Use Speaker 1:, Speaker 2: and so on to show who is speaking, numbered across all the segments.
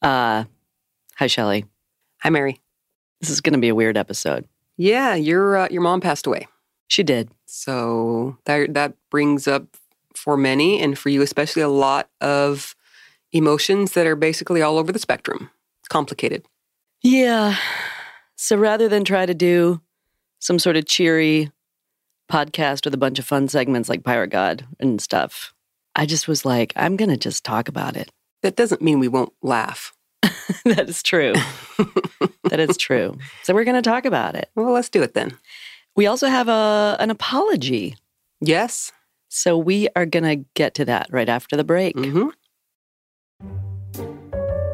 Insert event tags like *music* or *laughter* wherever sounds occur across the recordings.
Speaker 1: Uh, hi, Shelley.
Speaker 2: Hi, Mary.
Speaker 1: This is going to be a weird episode.
Speaker 2: Yeah, your uh, your mom passed away,
Speaker 1: She did.
Speaker 2: so that that brings up for many, and for you especially, a lot of emotions that are basically all over the spectrum. It's complicated.
Speaker 1: Yeah. So rather than try to do some sort of cheery podcast with a bunch of fun segments like Pirate God and stuff, I just was like, I'm going to just talk about it. *laughs*
Speaker 2: That doesn't mean we won't laugh.
Speaker 1: that is true. that is true. So we're going to talk about it.
Speaker 2: Well, let's do it then.
Speaker 1: We also have a, an apology.
Speaker 2: Yes.
Speaker 1: So we are going to get to that right after the break.
Speaker 2: Mm-hmm.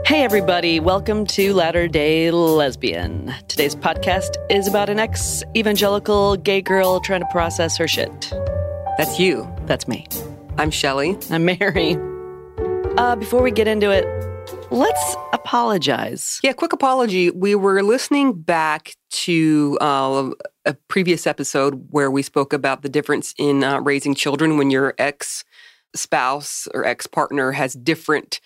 Speaker 1: Hey, everybody, welcome to Latter day Lesbian. Today's podcast is about an ex evangelical gay girl trying to process her shit.
Speaker 2: That's you.
Speaker 1: That's me.
Speaker 2: I'm Shelley.
Speaker 1: I'm Mary. Uh, before we get into it, let's apologize.
Speaker 2: Yeah, quick apology. We were listening back to uh, a previous episode where we spoke about the difference in uh, raising children when your ex spouse or ex partner has different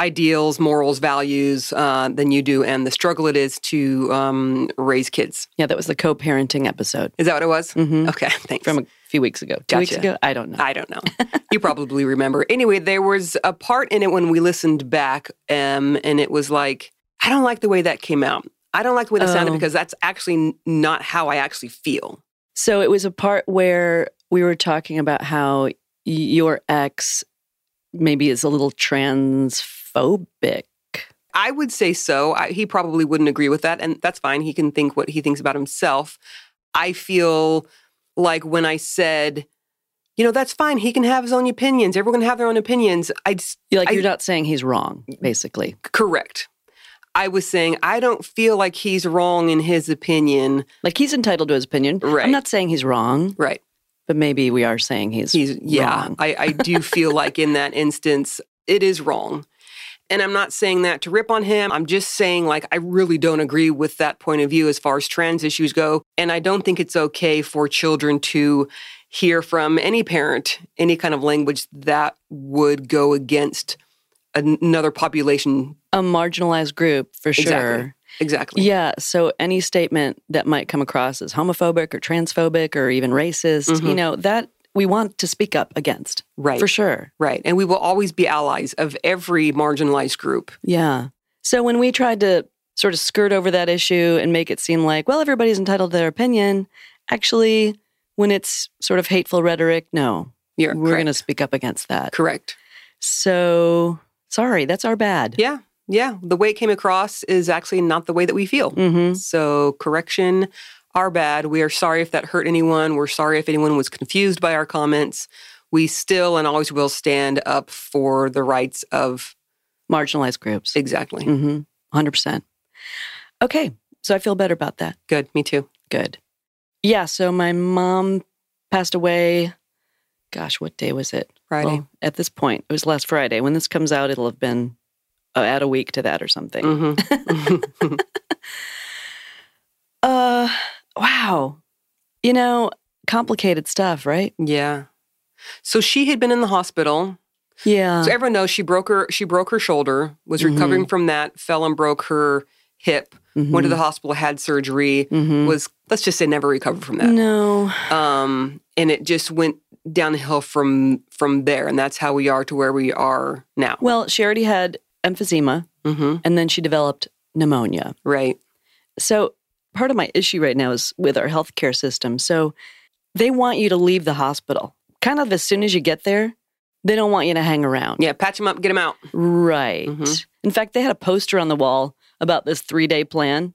Speaker 2: ideals, morals, values uh, than you do, and the struggle it is to um, raise kids.
Speaker 1: Yeah, that was the co parenting episode
Speaker 2: Is that what it was?
Speaker 1: Mhm.
Speaker 2: Okay, *laughs* thanks.
Speaker 1: from a few weeks ago. Two weeks
Speaker 2: Oh, Gotcha. Ah.
Speaker 1: ago? I don't know.
Speaker 2: I don't know. you probably remember. Anyway, there was a part in it when we listened back, um, and it was like, I don't like the way that came out. I don't like the way that sounded
Speaker 1: Oh.
Speaker 2: because that's actually n- not how I actually feel.
Speaker 1: So it was a part where we were talking about how y- your ex maybe is a little transphobic.
Speaker 2: I would say so. I, he probably wouldn't agree with that, and that's fine. He can think what he thinks about himself. I feel like when I said, you know, that's fine. He can have his own opinions. Everyone can have their own opinions. I just
Speaker 1: You're like,
Speaker 2: I-
Speaker 1: you're not saying he's wrong, basically.
Speaker 2: correct. I was saying I don't feel like he's wrong in his opinion.
Speaker 1: Like he's entitled to his opinion.
Speaker 2: Right.
Speaker 1: I'm not saying he's wrong,
Speaker 2: Right.
Speaker 1: but maybe we are saying he's,
Speaker 2: He's yeah.
Speaker 1: wrong.
Speaker 2: I, I do feel like in that instance, it is wrong. And I'm not saying that to rip on him. I'm just saying like I really don't agree with that point of view as far as trans issues go. And I don't think it's okay for children to hear from any parent any kind of language that would go against an- another population.
Speaker 1: a marginalized group for sure.
Speaker 2: Exactly. Exactly.
Speaker 1: Yeah. So any statement that might come across as homophobic or transphobic or even racist, you know, that we want to speak up against
Speaker 2: Mm-hmm. Right.
Speaker 1: for sure.
Speaker 2: Right. And we will always be allies of every marginalized group.
Speaker 1: Yeah. So when we tried to sort of skirt over that issue and make it seem like, well, everybody's entitled to their opinion, actually, when it's sort of hateful rhetoric, no,
Speaker 2: Yeah.
Speaker 1: we're
Speaker 2: correct.
Speaker 1: going to speak up against that.
Speaker 2: correct.
Speaker 1: So sorry, that's our bad.
Speaker 2: Yeah. Yeah. The way it came across is actually not the way that we feel.
Speaker 1: hmm
Speaker 2: So, correction, our bad. We are sorry if that hurt anyone. We're sorry if anyone was confused by our comments. We still and always will stand up for the rights of
Speaker 1: Marginalized groups.
Speaker 2: exactly.
Speaker 1: hmm 100%. Okay. So I feel better about that.
Speaker 2: Good. Me too.
Speaker 1: Good. Yeah. So my mom passed away. Gosh, what day was it?
Speaker 2: Friday.
Speaker 1: Well, at this point, it was last Friday. When this comes out, it'll have been uh, add a week to that or something.
Speaker 2: Mhm.
Speaker 1: Uh, wow. You know, complicated stuff, right?
Speaker 2: yeah. So she had been in the hospital.
Speaker 1: Yeah.
Speaker 2: So everyone knows she broke her she broke her shoulder, was
Speaker 1: Mhm.
Speaker 2: recovering from that, fell and broke her hip,
Speaker 1: Mm-hmm.
Speaker 2: went to the hospital, had surgery,
Speaker 1: Mhm.
Speaker 2: was let's just say never recovered from that.
Speaker 1: No.
Speaker 2: um, and it just went downhill from from there, and that's how we are to where we are now.
Speaker 1: Well, she already had emphysema
Speaker 2: hmm
Speaker 1: and then she developed pneumonia.
Speaker 2: Right?
Speaker 1: So, part of my issue right now is with our healthcare system. So, they want you to leave the hospital kind of as soon as you get there. They don't want you to hang around.
Speaker 2: Yeah. Patch them up, get them out.
Speaker 1: Right.
Speaker 2: Mhm.
Speaker 1: In fact, they had a poster on the wall about this three day plan,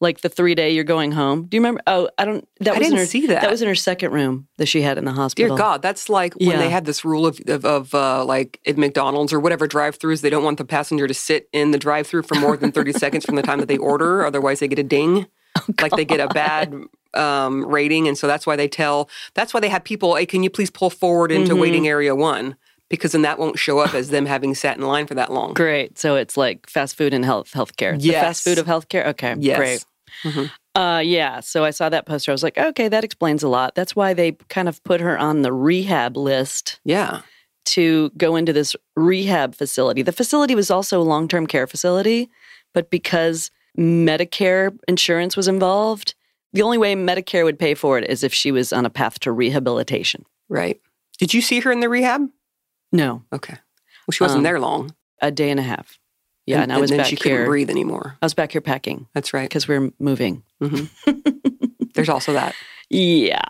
Speaker 1: like the three day you're going home. Do you remember? Oh, I don't. That
Speaker 2: I
Speaker 1: was in
Speaker 2: didn't
Speaker 1: her,
Speaker 2: see that.
Speaker 1: That was in her second room that she had in the
Speaker 2: Dear
Speaker 1: hospital.
Speaker 2: God, that's like when
Speaker 1: Yeah.
Speaker 2: they had this rule of of, of uh, like at McDonald's or whatever drive-throughs, they don't want the passenger to sit in the drive-through for more
Speaker 1: *laughs*
Speaker 2: than thirty seconds from the time that they order, otherwise they get a ding.
Speaker 1: Oh,
Speaker 2: like they get a bad um, rating, and so that's why they tell. That's why they have people. Hey, can you please pull forward into
Speaker 1: Mhm.
Speaker 2: waiting area one? Because then that won't show up as them having sat in line for that long.
Speaker 1: Great. So it's like fast food and health healthcare. The fast
Speaker 2: Yes.
Speaker 1: food of healthcare. Okay.
Speaker 2: Yes.
Speaker 1: Great.
Speaker 2: Mhm.
Speaker 1: Uh, yeah. So I saw that poster. I was like, okay, that explains a lot. That's why they kind of put her on the rehab list
Speaker 2: Yeah.
Speaker 1: to go into this rehab facility. The facility was also a long term care facility, but because Medicare insurance was involved, the only way Medicare would pay for it is if she was on a path to rehabilitation.
Speaker 2: Right. Did you see her in the rehab?
Speaker 1: No,
Speaker 2: Okay. Well, she wasn't
Speaker 1: Um,
Speaker 2: there long.
Speaker 1: a day and a half. Yeah, and, I
Speaker 2: and
Speaker 1: was
Speaker 2: then
Speaker 1: back
Speaker 2: she couldn't
Speaker 1: here.
Speaker 2: breathe anymore.
Speaker 1: I was back here packing
Speaker 2: That's right.
Speaker 1: because we were moving.
Speaker 2: There's
Speaker 1: *sighs*
Speaker 2: also that.
Speaker 1: Yeah.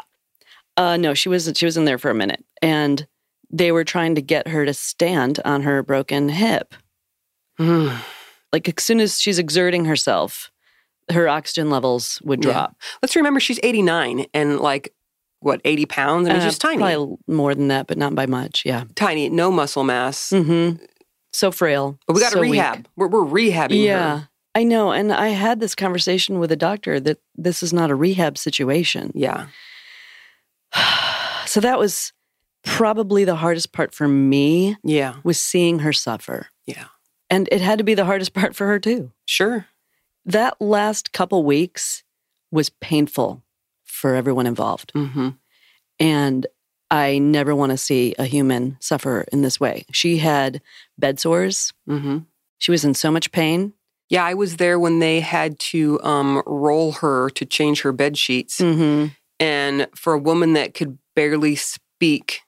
Speaker 1: Uh, no, she was she was in there for a minute, and they were trying to get her to stand on her broken hip. Hmm.
Speaker 2: Mm.
Speaker 1: Like as soon as she's exerting herself, her oxygen levels would
Speaker 2: Yeah.
Speaker 1: drop.
Speaker 2: Let's remember she's 89 and like what 80 pounds. I mean,
Speaker 1: Uh,
Speaker 2: she's tiny,
Speaker 1: Probably more than that, but not by much. Yeah.
Speaker 2: tiny, no muscle mass.
Speaker 1: hmm So frail.
Speaker 2: But we got
Speaker 1: so
Speaker 2: to
Speaker 1: weak.
Speaker 2: rehab. We're, we're rehabbing
Speaker 1: Yeah.
Speaker 2: her.
Speaker 1: I know. And I had this conversation with a doctor that this is not a rehab situation.
Speaker 2: Yeah.
Speaker 1: So that was probably the hardest part for me
Speaker 2: Yeah.
Speaker 1: was seeing her suffer.
Speaker 2: Yeah.
Speaker 1: And it had to be the hardest *laughs* part for her too.
Speaker 2: Sure.
Speaker 1: That last couple weeks was painful for everyone involved.
Speaker 2: hmm
Speaker 1: And I never want to see a human suffer in this way. She had bed sores.
Speaker 2: hmm
Speaker 1: She was in so much pain.
Speaker 2: Yeah. I was there when they had to um, roll her to change her bed sheets.
Speaker 1: Mm-hmm.
Speaker 2: And for a woman that could barely speak,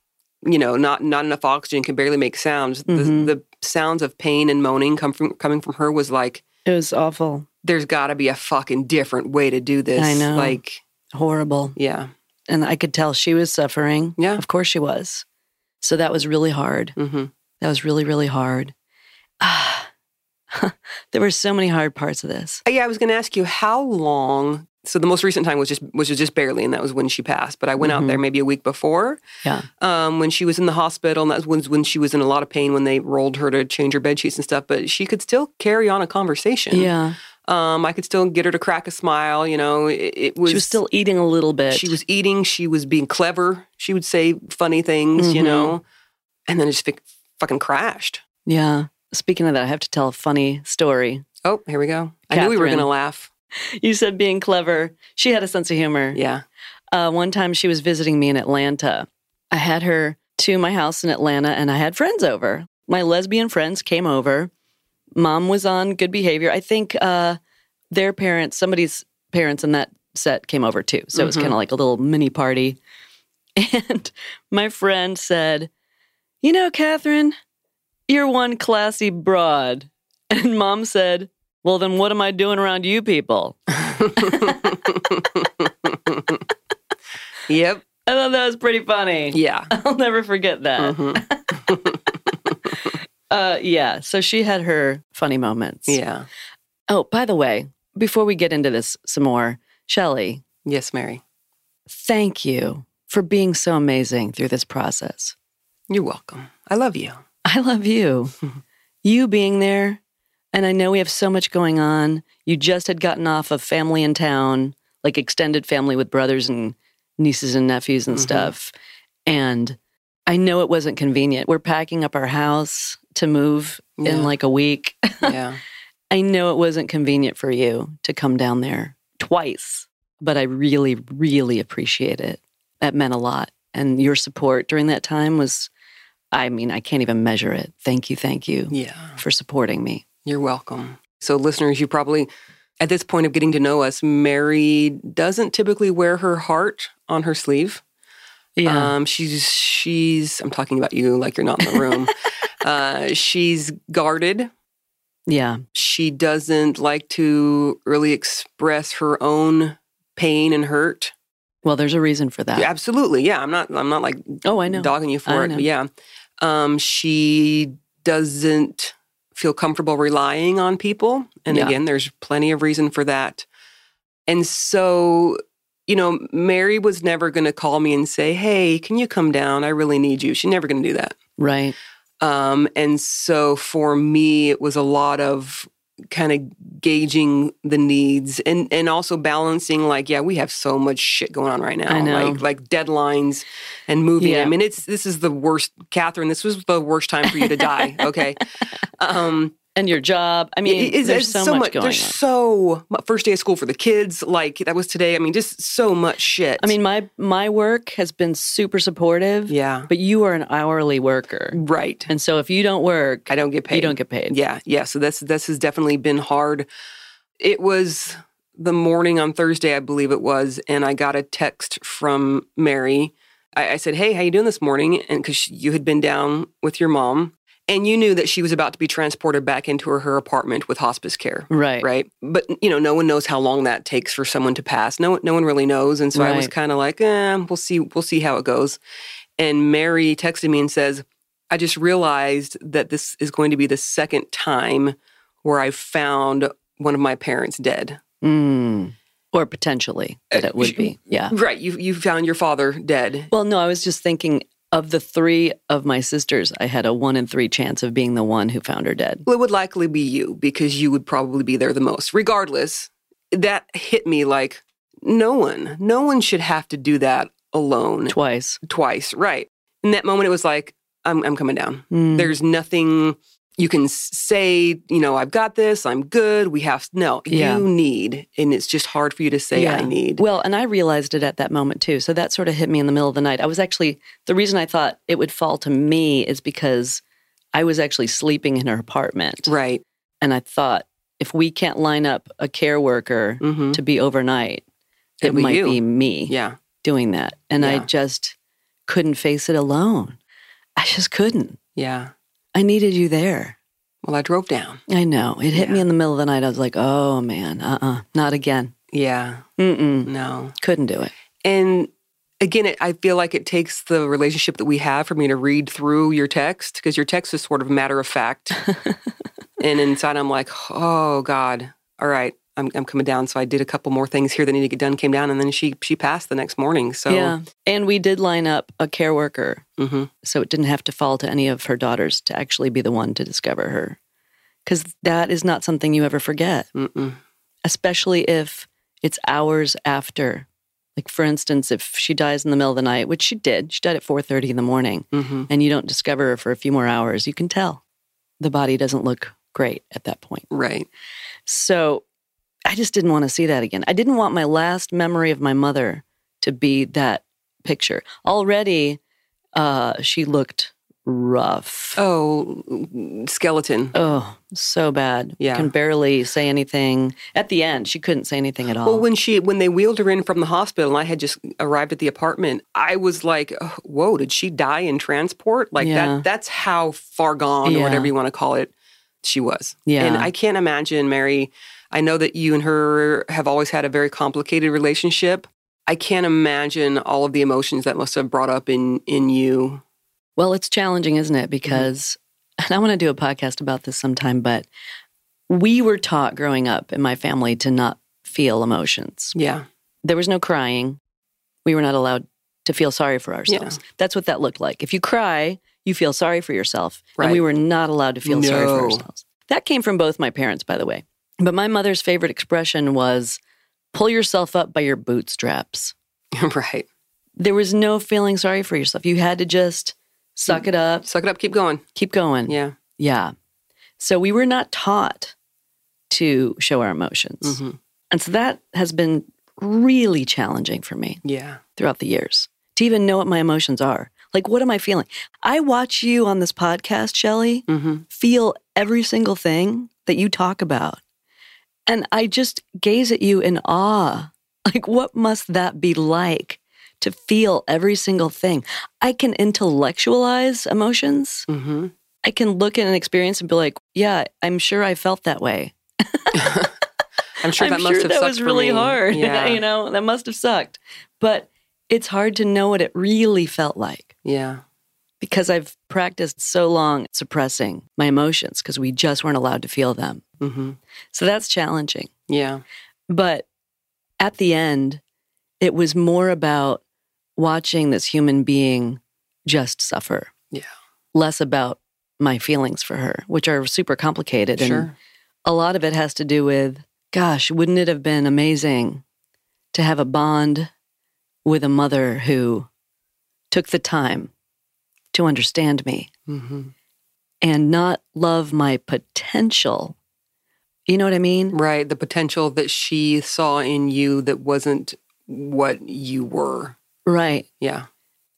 Speaker 2: you know, not not enough oxygen, could barely make sounds.
Speaker 1: Mhm.
Speaker 2: The, the sounds of pain and moaning come from coming from her was like,
Speaker 1: It was awful,
Speaker 2: there's got to be a fucking different way to do this.
Speaker 1: I know.
Speaker 2: Like,
Speaker 1: horrible.
Speaker 2: yeah.
Speaker 1: And I could tell she was suffering.
Speaker 2: Yeah.
Speaker 1: Of course she was. So that was really hard.
Speaker 2: hmm
Speaker 1: That was really, really hard. *sighs* Ah, there were so many hard parts of this.
Speaker 2: Yeah, I was going to ask you how long. So the most recent time was just was just barely, and that was when she passed. But I went out
Speaker 1: Mhm.
Speaker 2: there maybe a week before.
Speaker 1: Yeah.
Speaker 2: Um, when she was in the hospital, and that was when she was in a lot of pain when they rolled her to change her bed sheets and stuff. But she could still carry on a conversation.
Speaker 1: Yeah.
Speaker 2: Um, I could still get her to crack a smile. You know, it, it was
Speaker 1: she was still eating a little bit.
Speaker 2: she was eating. She was being clever. She would say funny things. You
Speaker 1: Mhm.
Speaker 2: know,
Speaker 1: Mm-hmm.
Speaker 2: and then it just fi- fucking crashed.
Speaker 1: Yeah. Speaking of that, I have to tell a funny story.
Speaker 2: Oh, here we go. I knew we were
Speaker 1: Catherine.
Speaker 2: going to laugh.
Speaker 1: You said being clever. She had a sense of humor.
Speaker 2: Yeah.
Speaker 1: Uh, one time she was visiting me in Atlanta. I had her to my house in Atlanta and I had friends over. My lesbian friends came over. Mom was on good behavior. I think uh, their parents, somebody's parents in that set came over too. So it was
Speaker 2: Mhm.
Speaker 1: kind of like a little mini party. *laughs* And my friend said, You know, Catherine, you're one classy broad. And mom said, Well, then what am I doing around you people? *laughs*
Speaker 2: Yep.
Speaker 1: I thought that was pretty funny.
Speaker 2: Yeah.
Speaker 1: I'll never forget that. *laughs*
Speaker 2: Mhm.
Speaker 1: Uh, yeah. So she had her funny moments.
Speaker 2: Yeah.
Speaker 1: Oh, by the way, before we get into this some more, Shelley,
Speaker 2: Yes, Mary.
Speaker 1: thank you for being so amazing through this process.
Speaker 2: You're welcome. I love you.
Speaker 1: I love
Speaker 2: *laughs*
Speaker 1: you. you being there. And I know we have so much going on. You just had gotten off of family in town, like extended family with brothers and nieces and nephews and
Speaker 2: Mhm.
Speaker 1: stuff. And I know it wasn't convenient. We're packing up our house to move
Speaker 2: Yeah.
Speaker 1: in like a week. *laughs*
Speaker 2: yeah.
Speaker 1: I know it wasn't convenient for you to come down there twice, but I really, really appreciate it. That meant a lot. And your support during that time was, I mean, I can't even measure it. Thank you. Thank you
Speaker 2: Yeah.
Speaker 1: for supporting me.
Speaker 2: You're welcome. So, listeners, you probably, at this point of getting to know us, Mary doesn't typically wear her heart on her sleeve. Um, she's, she's, I'm talking about you like you're not in the room. uh, she's guarded.
Speaker 1: yeah.
Speaker 2: She doesn't like to really express her own pain and hurt.
Speaker 1: Well, there's a reason for that.
Speaker 2: Absolutely. Yeah. I'm not, I'm not like
Speaker 1: Oh, I know.
Speaker 2: dogging you for
Speaker 1: I
Speaker 2: it.
Speaker 1: know.
Speaker 2: but Yeah. Um, she doesn't feel comfortable relying on people. And
Speaker 1: Yeah.
Speaker 2: again, there's plenty of reason for that. And so, you know, Mary was never going to call me and say, Hey, can you come down? I really need you. She's never going to do that.
Speaker 1: Right.
Speaker 2: Um, and so for me, it was a lot of kind of gauging the needs and, and also balancing like, yeah, we have so much shit going on right now.
Speaker 1: I know.
Speaker 2: Like like deadlines and moving.
Speaker 1: Yeah.
Speaker 2: I
Speaker 1: *laughs*
Speaker 2: mean, it's this is the worst Catherine, this was the worst time for you to die. Okay. um
Speaker 1: and your job. I mean,
Speaker 2: It- it-
Speaker 1: there's so, much, going
Speaker 2: There's
Speaker 1: on.
Speaker 2: so mu- first day of school for the kids. Like that was today. I mean, just so much shit.
Speaker 1: I mean, my my work has been super supportive.
Speaker 2: yeah,
Speaker 1: But you are an hourly worker,
Speaker 2: right.
Speaker 1: and so if you don't work,
Speaker 2: I don't get paid.
Speaker 1: you don't get paid.
Speaker 2: Yeah, yeah. So that's this has definitely been hard. It was the morning on Thursday, I believe it was, and I got a text from Mary. I, I said, "Hey, how you doing this morning?" And because you had been down with your mom, and you knew that she was about to be transported back into her, her apartment with hospice care.
Speaker 1: Right.
Speaker 2: Right. But you know, no one knows how long that takes for someone to pass. No, no one really knows. And so I was
Speaker 1: Right.
Speaker 2: kind of like, eh, we'll see, we'll see how it goes. And Mary texted me and says, I just realized that this is going to be the second time where I found one of my parents dead.
Speaker 1: Mm. Or potentially that it would be. Yeah.
Speaker 2: Right. You you found your father dead.
Speaker 1: Well, no, I was just thinking of the three of my sisters, I had a one in three chance of being the one who found her dead.
Speaker 2: Well, it would likely be you because you would probably be there the most. Regardless, that hit me like no one, no one should have to do that alone.
Speaker 1: Twice.
Speaker 2: twice. Right. In that moment, it was like, I'm, I'm coming down.
Speaker 1: Mm.
Speaker 2: There's nothing you can s- say, you know, I've got this, I'm good. We have, no,
Speaker 1: Yeah.
Speaker 2: you need. And it's just hard for you to say, I
Speaker 1: Yeah.
Speaker 2: need.
Speaker 1: Well, and I realized it at that moment too. So that sort of hit me in the middle of the night. I was actually, the reason I thought it would fall to me is because I was actually sleeping in her apartment.
Speaker 2: Right.
Speaker 1: And I thought, if we can't line up a care worker
Speaker 2: hmm
Speaker 1: to be overnight, it
Speaker 2: It'd be
Speaker 1: might
Speaker 2: you.
Speaker 1: be me
Speaker 2: Yeah.
Speaker 1: doing that. And I
Speaker 2: Yeah.
Speaker 1: just couldn't face it alone. I just couldn't.
Speaker 2: Yeah.
Speaker 1: I needed you there.
Speaker 2: Well, I drove down.
Speaker 1: I know. It hit me
Speaker 2: Yeah.
Speaker 1: in the middle of the night. I was like, oh man, uh uh not again.
Speaker 2: Yeah.
Speaker 1: Mm-mm.
Speaker 2: No.
Speaker 1: Couldn't do it.
Speaker 2: And again, it, I feel like it takes the relationship that we have for me to read through your text because your text is sort of matter of fact. and inside, I'm like, oh God, all right, I'm, I'm coming down. So I did a couple more things here that need to get done. Came down, and then she she passed the next morning. So
Speaker 1: Yeah. And we did line up a care worker.
Speaker 2: hmm
Speaker 1: So it didn't have to fall to any of her daughters to actually be the one to discover her. Because that is not something you ever forget,
Speaker 2: Mm-mm.
Speaker 1: especially if it's hours after. Like for instance, if she dies in the middle of the night, which she did, she died at 4:30 in the morning,
Speaker 2: hmm
Speaker 1: and you don't discover her for a few more hours, you can tell the body doesn't look great at that point.
Speaker 2: right,
Speaker 1: So I just didn't want to see that again. I didn't want my last memory of my mother to be that picture. Already, uh, she looked rough.
Speaker 2: oh mm, skeleton.
Speaker 1: Oh, so bad.
Speaker 2: Yeah.
Speaker 1: Can barely say anything. At the end, she couldn't say anything at all.
Speaker 2: Well, when she when they wheeled her in from the hospital, and I had just arrived at the apartment, I was like, "Oh, "Whoa, did she die in transport?" Like
Speaker 1: Yeah.
Speaker 2: that. That's how far gone,
Speaker 1: Yeah.
Speaker 2: or whatever you want to call it, she was.
Speaker 1: yeah.
Speaker 2: And I can't imagine, Mary. I know that you and her have always had a very complicated relationship. I can't imagine all of the emotions that must have brought up in in you.
Speaker 1: Well, it's challenging, isn't
Speaker 2: Mm-hmm.
Speaker 1: it? Because, *laughs* and I want to do a podcast about this sometime, but we were taught growing up in my family to not feel emotions.
Speaker 2: Yeah.
Speaker 1: There was no crying. We were not allowed to feel sorry for ourselves. That's what that looked like. If you cry, you feel sorry for yourself. And we
Speaker 2: Right.
Speaker 1: were not allowed to feel sorry for
Speaker 2: No.
Speaker 1: ourselves. That came from both my parents, by the way. But my mother's favorite expression was pull yourself up by your bootstraps.
Speaker 2: *laughs* right.
Speaker 1: There was no feeling sorry for yourself. You had to just suck
Speaker 2: Mm.
Speaker 1: it up,
Speaker 2: Suck it up, keep going.
Speaker 1: keep going.
Speaker 2: Yeah.
Speaker 1: Yeah. So we were not taught to show our emotions.
Speaker 2: hmm
Speaker 1: And so that has been really challenging for me
Speaker 2: Yeah.
Speaker 1: throughout the years to even know what my emotions are. Like, what am I feeling? I watch you on this podcast, Shelly,
Speaker 2: hmm
Speaker 1: feel every single thing that you talk about. And I just gaze at you in awe. *laughs* Like, what must that be like to feel every single thing? I can intellectualize emotions.
Speaker 2: hmm
Speaker 1: I can look at an experience and be like, yeah, I'm sure I felt that way.
Speaker 2: I'm sure
Speaker 1: I'm
Speaker 2: that
Speaker 1: sure
Speaker 2: must have
Speaker 1: that
Speaker 2: sucked
Speaker 1: was
Speaker 2: for
Speaker 1: really
Speaker 2: me.
Speaker 1: hard. *laughs*
Speaker 2: Yeah.
Speaker 1: you know, that must have sucked. But it's hard to know what it really felt like
Speaker 2: yeah.
Speaker 1: because I've practiced so long suppressing my emotions because we just weren't allowed to feel them.
Speaker 2: hmm
Speaker 1: So that's challenging.
Speaker 2: Yeah.
Speaker 1: But at the end, it was more about watching this human being just suffer.
Speaker 2: Yeah.
Speaker 1: Less about my feelings for her, which are super complicated and
Speaker 2: Sure.
Speaker 1: a lot of it has to do with gosh, wouldn't it have been amazing to have a bond with a mother who took the time to understand me
Speaker 2: hmm
Speaker 1: and not love my potential. You know what I mean?
Speaker 2: Right. The potential that she saw in you that wasn't what you were.
Speaker 1: Right.
Speaker 2: Yeah.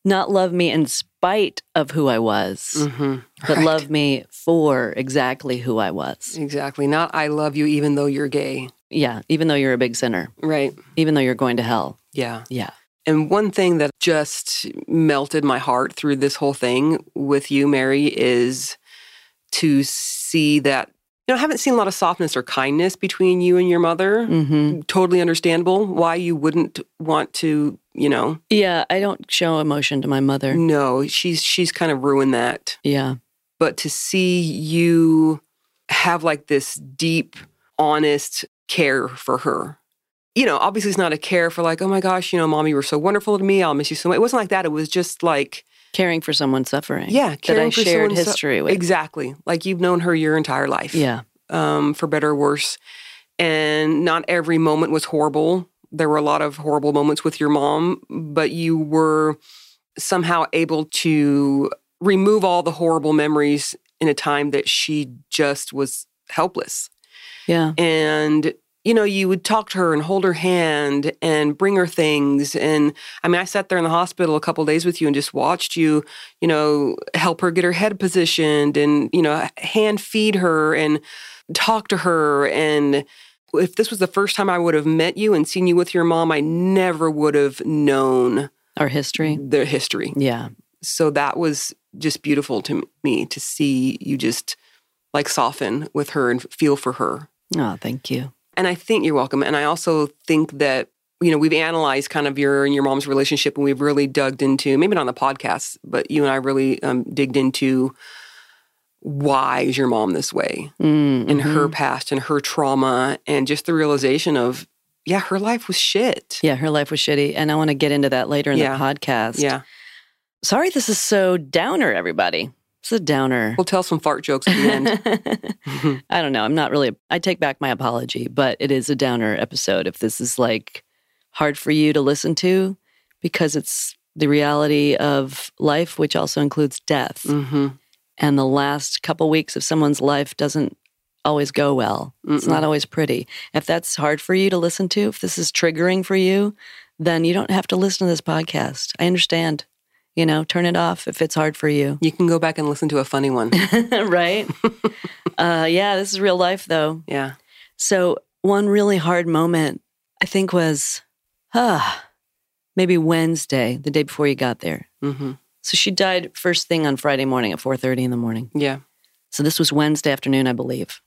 Speaker 1: Not love me in spite of who I was,
Speaker 2: Mm-hmm.
Speaker 1: but love me for exactly who I was.
Speaker 2: Exactly. Not I love you even though you're gay.
Speaker 1: Yeah, even though you're a big sinner,
Speaker 2: Right.
Speaker 1: even though you're going to hell.
Speaker 2: Yeah.
Speaker 1: Yeah.
Speaker 2: And one thing that just melted my heart through this whole thing with you, Mary, is to see that, you know, I haven't seen a lot of softness or kindness between you and your mother.
Speaker 1: hmm
Speaker 2: Totally understandable why you wouldn't want to, you know.
Speaker 1: Yeah, I don't show emotion to my mother.
Speaker 2: No, she's she's kind of ruined that.
Speaker 1: Yeah.
Speaker 2: but to see you have like this deep, honest care for her. You know, obviously it's not a care for like, oh my gosh, you know, mom, you were so wonderful to me. I'll miss you so much. It wasn't like that. It was just like,
Speaker 1: Caring for someone suffering.
Speaker 2: yeah,
Speaker 1: That
Speaker 2: caring
Speaker 1: I
Speaker 2: for
Speaker 1: shared
Speaker 2: someone so-
Speaker 1: history with.
Speaker 2: Exactly. Like you've known her your entire life.
Speaker 1: Yeah.
Speaker 2: Um, for better or worse. And not every moment was horrible. There were a lot of horrible moments with your mom, but you were somehow able to remove all the horrible memories in a time that she just was helpless.
Speaker 1: Yeah.
Speaker 2: And you know, you would talk to her and hold her hand and bring her things. And I mean, I sat there in the hospital a couple days with you and just watched you, you know, help her get her head positioned and, you know, hand feed her and talk to her. And if this was the first time I would have met you and seen you with your mom, I never would have known
Speaker 1: Our history.
Speaker 2: their history.
Speaker 1: Yeah.
Speaker 2: So that was just beautiful to me to see you just like soften with her and feel for her.
Speaker 1: Oh, thank you.
Speaker 2: And I think you're welcome. And I also think that, you know, we've analyzed kind of your and your mom's relationship and we've really dug into, maybe not on the podcast, but you and I really um, digged into why is your mom this way
Speaker 1: Mm,
Speaker 2: and
Speaker 1: mhm.
Speaker 2: her past and her trauma and just the realization of, yeah, her life was shit.
Speaker 1: Yeah, her life was shitty. And I want to get into that later in
Speaker 2: Yeah.
Speaker 1: the podcast.
Speaker 2: Yeah.
Speaker 1: Sorry, this is so downer, everybody. It's a downer.
Speaker 2: We'll tell some fart jokes at
Speaker 1: *laughs*
Speaker 2: the end. Mhm.
Speaker 1: I don't know. I'm not really, I take back my apology, but it is a downer episode. If this is like hard for you to listen to because it's the reality of life, which also includes death.
Speaker 2: Mhm.
Speaker 1: And the last couple weeks of someone's life doesn't always go well. It's
Speaker 2: Mm-mm.
Speaker 1: not always pretty. If that's hard for you to listen to, if this is triggering for you, then you don't have to listen to this podcast. I understand. You know, turn it off if it's hard for you.
Speaker 2: *laughs* You can go back and listen to a
Speaker 1: *laughs*
Speaker 2: funny one.
Speaker 1: right? uh, yeah, this is real life though.
Speaker 2: Yeah.
Speaker 1: So, one really hard moment, I think, was huh, maybe Wednesday, the day before you got there.
Speaker 2: hmm
Speaker 1: So she died first thing on Friday morning at 4:30 in the morning.
Speaker 2: Yeah.
Speaker 1: So this was Wednesday afternoon, I believe.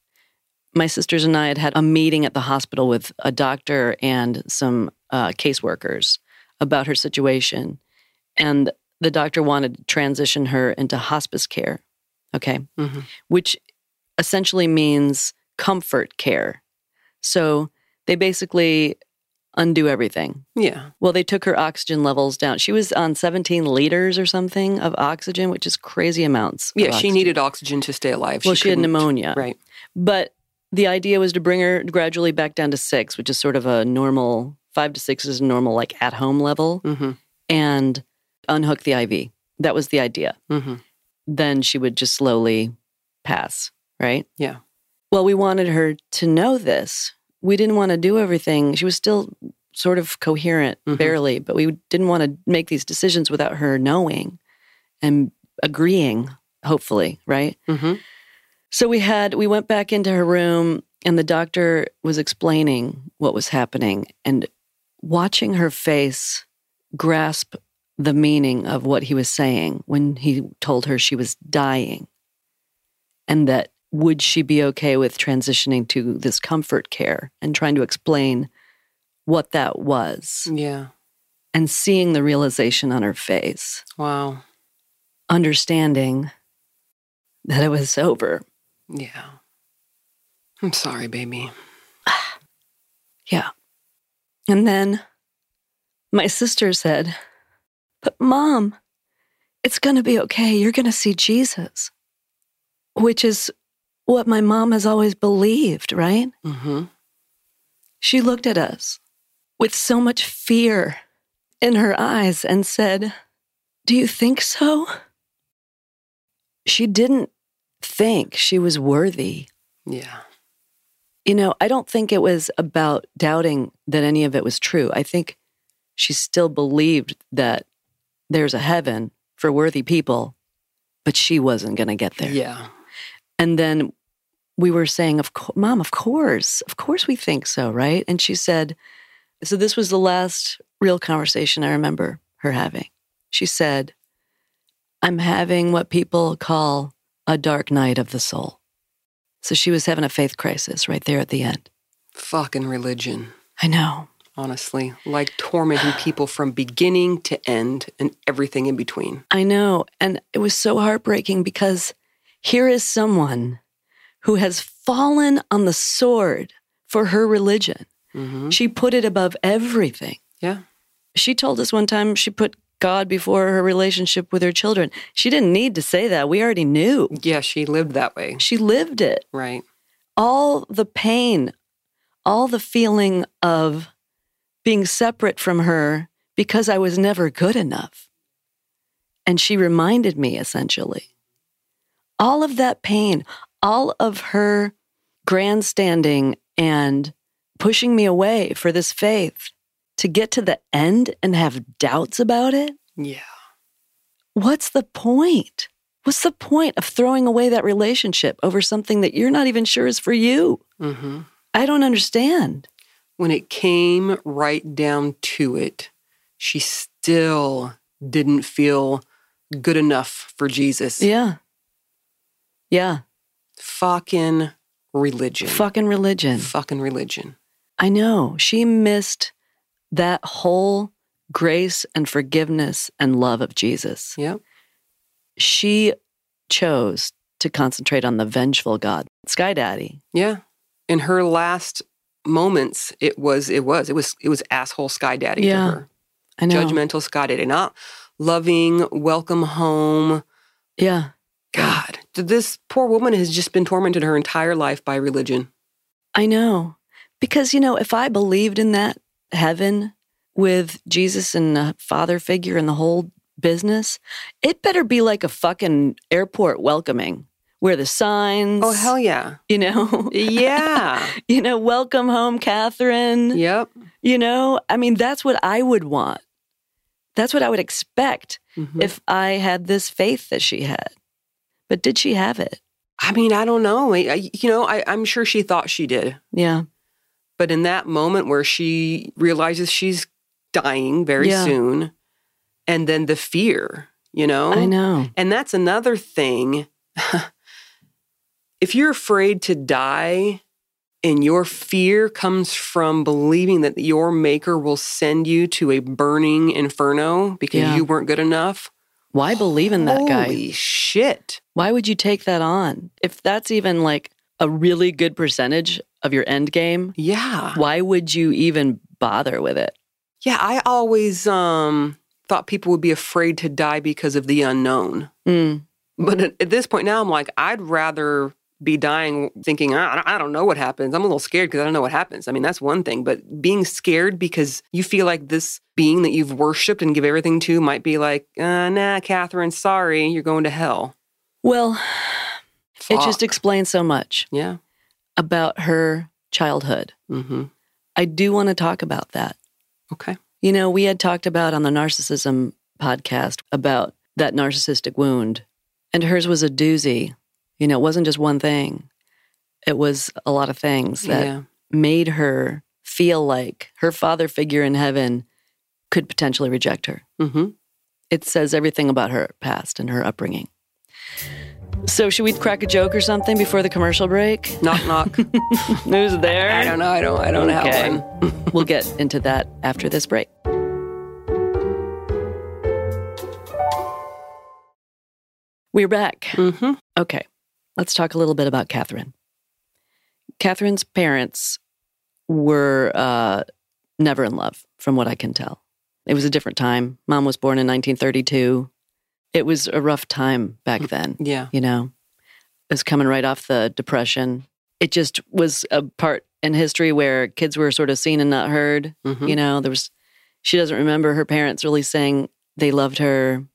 Speaker 1: My sisters and I had had a meeting at the hospital with a doctor and some uh, caseworkers about her situation, and the doctor wanted to transition her into hospice care. Okay,
Speaker 2: hmm
Speaker 1: which essentially means comfort care. So they basically undo everything.
Speaker 2: Yeah.
Speaker 1: Well, they took her oxygen levels down. She was on 17 liters or something of oxygen, which is crazy amounts. of
Speaker 2: Yeah. She
Speaker 1: oxygen.
Speaker 2: needed oxygen to stay alive.
Speaker 1: Well, she, had
Speaker 2: couldn't-
Speaker 1: pneumonia.
Speaker 2: Right.
Speaker 1: But the idea was to bring her gradually back down to six, which is sort of a normal five to six is normal, like at home level,
Speaker 2: hmm
Speaker 1: and unhook the IV. That was the idea
Speaker 2: hmm
Speaker 1: then she would just slowly pass, right?
Speaker 2: Yeah.
Speaker 1: Well, we wanted her to know this. We didn't want to do everything. She was still sort of coherent,
Speaker 2: Mhm.
Speaker 1: barely, but we didn't want to make these decisions without her knowing and agreeing, hopefully, right?
Speaker 2: hmm
Speaker 1: So we had we went back into her room and the doctor was explaining what was happening and watching her face grasp the meaning of what he was saying when he told her she was dying and that would she be okay with transitioning to this comfort care and trying to explain what that was
Speaker 2: Yeah.
Speaker 1: and seeing the realization on her face
Speaker 2: Wow.
Speaker 1: understanding that it was over
Speaker 2: Yeah. I'm sorry, baby.
Speaker 1: And then my sister said, But mom, it's going to be okay. You're going to see Jesus, which is what my mom has always believed, right?
Speaker 2: Mm-hmm.
Speaker 1: She looked at us with so much fear in her eyes and said, Do you think so? She didn't think she was worthy.
Speaker 2: Yeah.
Speaker 1: You know, I don't think it was about doubting that any of it was true. I think she still believed that there's a heaven for worthy people, but she wasn't going to get there.
Speaker 2: Yeah.
Speaker 1: And then we were saying, "Of co- mom, of course, of course, we think so, right?" And she said, "So this was the last real conversation I remember her having." She said, "I'm having what people call a dark night of the soul." So she was having a faith crisis right there at the end.
Speaker 2: Fucking religion.
Speaker 1: I know.
Speaker 2: honestly, like tormenting
Speaker 1: *sighs*
Speaker 2: people from beginning to end and everything in between.
Speaker 1: I know. And it was so heartbreaking because here is someone who has fallen on the sword for her religion.
Speaker 2: Mm-hmm.
Speaker 1: She put it above everything.
Speaker 2: Yeah.
Speaker 1: She told us one time she put God before her relationship with her children. She didn't need to say that. We already knew.
Speaker 2: Yeah, she lived that way.
Speaker 1: She lived it.
Speaker 2: Right.
Speaker 1: All the pain, all the feeling of being separate from her because I was never good enough. And she reminded me essentially. All of that pain, all of her grandstanding and pushing me away for this faith to get to the end and have doubts about it.
Speaker 2: Yeah.
Speaker 1: What's the point? What's the point of throwing away that relationship over something that you're not even sure is for you?
Speaker 2: Mm-hmm.
Speaker 1: I don't understand.
Speaker 2: When it came right down to it, she still didn't feel good enough for Jesus.
Speaker 1: Yeah. Yeah.
Speaker 2: Fucking religion.
Speaker 1: Fucking religion.
Speaker 2: Fucking religion.
Speaker 1: I know. She missed that whole grace and forgiveness and love of Jesus.
Speaker 2: Yep.
Speaker 1: She chose to concentrate on the vengeful God, Sky Daddy.
Speaker 2: Yeah. In her last moments, it was it was it was it was asshole sky daddy
Speaker 1: Yeah.
Speaker 2: to her.
Speaker 1: I know.
Speaker 2: judgmental Scott Eddie, not loving, welcome home.
Speaker 1: Yeah.
Speaker 2: God, this poor woman has just been tormented her entire life by religion.
Speaker 1: I know. Because, you know, if I believed in that heaven with Jesus and a father figure and the whole business, it better be like a fucking airport welcoming where the signs,
Speaker 2: Oh, hell yeah.
Speaker 1: you know,
Speaker 2: Yeah.
Speaker 1: *laughs* you know, welcome home, Catherine.
Speaker 2: yep.
Speaker 1: You know, I mean, that's what I would want. That's what I would expect
Speaker 2: Mhm.
Speaker 1: if I had this faith that she had. But did she have it?
Speaker 2: I mean, I don't know. I, I- you know, I, I'm sure she thought she did.
Speaker 1: Yeah.
Speaker 2: But in that moment where she realizes she's dying very
Speaker 1: Yeah.
Speaker 2: soon, and then the fear, you know?
Speaker 1: I know.
Speaker 2: And that's another thing. *laughs* if you're afraid to die and your fear comes from believing that your maker will send you to a burning inferno because
Speaker 1: Yeah.
Speaker 2: you weren't good enough,
Speaker 1: Why believe in that guy?
Speaker 2: holy shit.
Speaker 1: Why would you take that on? If that's even like a really good percentage of your end game,
Speaker 2: Yeah.
Speaker 1: why would you even bother with it?
Speaker 2: Yeah, I always um, thought people would be afraid to die because of the unknown.
Speaker 1: Mm,
Speaker 2: But at, at this point now, I'm like, I'd rather be dying thinking, "Ah, I, I don't- I don't know what happens. I'm a little scared because I don't know what happens. I mean, that's one thing. But being scared because you feel like this being that you've worshipped and give everything to might be like, uh, nah, Catherine, sorry, you're going to hell.
Speaker 1: Well, it just
Speaker 2: Fuck.
Speaker 1: explains so much
Speaker 2: yeah.
Speaker 1: about her childhood.
Speaker 2: Mm-hmm.
Speaker 1: I do want to talk about that.
Speaker 2: Okay.
Speaker 1: You know, we had talked about on the narcissism podcast about that narcissistic wound, and hers was a doozy. You know, it wasn't just one thing, it was a lot of things that
Speaker 2: yeah.
Speaker 1: made her feel like her father figure in heaven could potentially reject her.
Speaker 2: Mm-hmm.
Speaker 1: It says everything about her past and her upbringing. So, should we crack a joke or something before the commercial break?
Speaker 2: Knock, knock.
Speaker 1: *laughs* Who's there?
Speaker 2: I don't know. I don't, I don't
Speaker 1: Okay.
Speaker 2: have one.
Speaker 1: We'll get into that after this break. We're back.
Speaker 2: Mm-hmm.
Speaker 1: Okay, let's talk a little bit about Catherine. Catherine's parents were uh, never in love, from what I can tell. It was a different time. Mom was born in 1932. It was a rough time back then,
Speaker 2: Yeah.
Speaker 1: you know. It was coming right off the Depression. It just was a part in history where kids were sort of seen and not heard
Speaker 2: Mm-hmm.
Speaker 1: you know there was she doesn't remember her parents really saying they loved her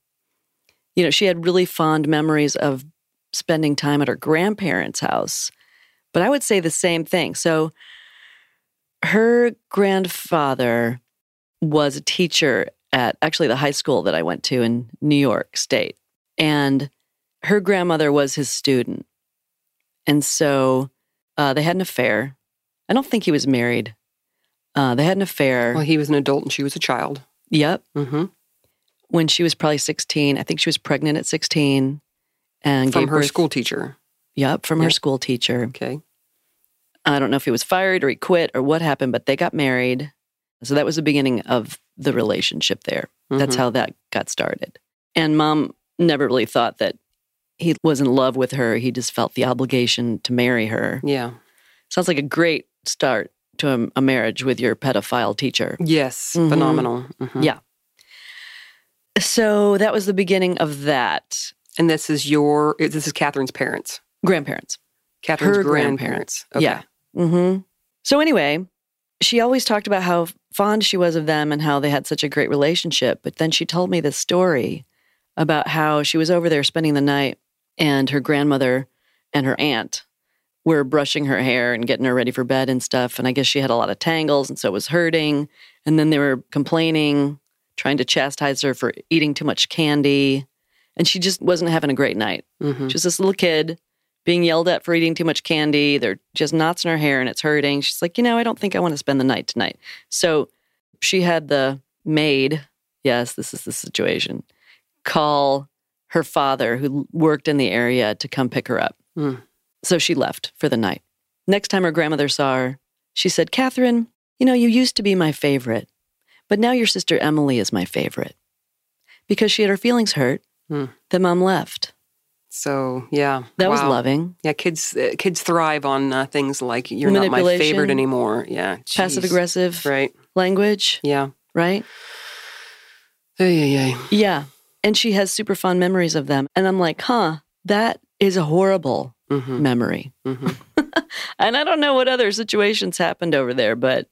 Speaker 1: you know she had really fond memories of spending time at her grandparents' house. But I would say the same thing. So her grandfather was a teacher at actually the high school that I went to in New York State. And her grandmother was his student. And so uh, they had an affair. I don't think he was married. Uh, they had an affair.
Speaker 2: Well, he was an adult and she was a child.
Speaker 1: yep.
Speaker 2: hmm
Speaker 1: When she was probably 16. I think she was pregnant at 16 and
Speaker 2: From
Speaker 1: gave
Speaker 2: her
Speaker 1: birth-
Speaker 2: school teacher.
Speaker 1: Yep. From her
Speaker 2: Yep.
Speaker 1: school teacher.
Speaker 2: Okay.
Speaker 1: I don't know if he was fired or he quit or what happened, but they got married. So that was the beginning of the relationship there. That's
Speaker 2: Mhm.
Speaker 1: how that got started. And mom never really thought that he was in love with her. He just felt the obligation to marry her.
Speaker 2: Mm-hmm. Yeah.
Speaker 1: Sounds like a great start to a, a marriage with your pedophile teacher.
Speaker 2: Yes.
Speaker 1: Mhm.
Speaker 2: Phenomenal. Mhm.
Speaker 1: Yeah. So that was the beginning of that.
Speaker 2: And this is your, this is Catherine's parents.
Speaker 1: Grandparents.
Speaker 2: Catherine's
Speaker 1: Her
Speaker 2: grandparents.
Speaker 1: grandparents. Yeah. hmm So anyway, she always talked about how fond she was of them and how they had such a great relationship. But then she told me this story about how she was over there spending the night and her grandmother and her aunt were brushing her hair and getting her ready for bed and stuff. And I guess she had a lot of tangles and so it was hurting. And then they were complaining, trying to chastise her for eating too much candy. And she just wasn't having a great night.
Speaker 2: hmm
Speaker 1: She's this little kid being yelled at for eating too much candy. There are just knots in her hair and it's hurting. She's like, you know, I don't think I want to spend the night tonight. So she had the maid, yes, this is the situation, call her father who worked in the area to come pick her up.
Speaker 2: Mm.
Speaker 1: So she left for the night. Next time her grandmother saw her, she said, Catherine, you know, you used to be my favorite, but now your sister Emily is my favorite. Because she had her feelings hurt,
Speaker 2: Mm.
Speaker 1: the mom left.
Speaker 2: So, yeah.
Speaker 1: That was
Speaker 2: Wow.
Speaker 1: loving.
Speaker 2: Yeah. Kids, uh, kids thrive on uh, things like you're not my favorite
Speaker 1: Manipulation.
Speaker 2: anymore. Yeah.
Speaker 1: Passive
Speaker 2: Jeez.
Speaker 1: aggressive
Speaker 2: Right.
Speaker 1: language,
Speaker 2: Yeah.
Speaker 1: right?
Speaker 2: Yeah. Yeah. Yeah.
Speaker 1: Yeah. And she has super fond memories of them. And I'm like, huh, that is a horrible
Speaker 2: Mm-hmm.
Speaker 1: memory.
Speaker 2: Mm-hmm.
Speaker 1: And I don't know what other situations happened over there, but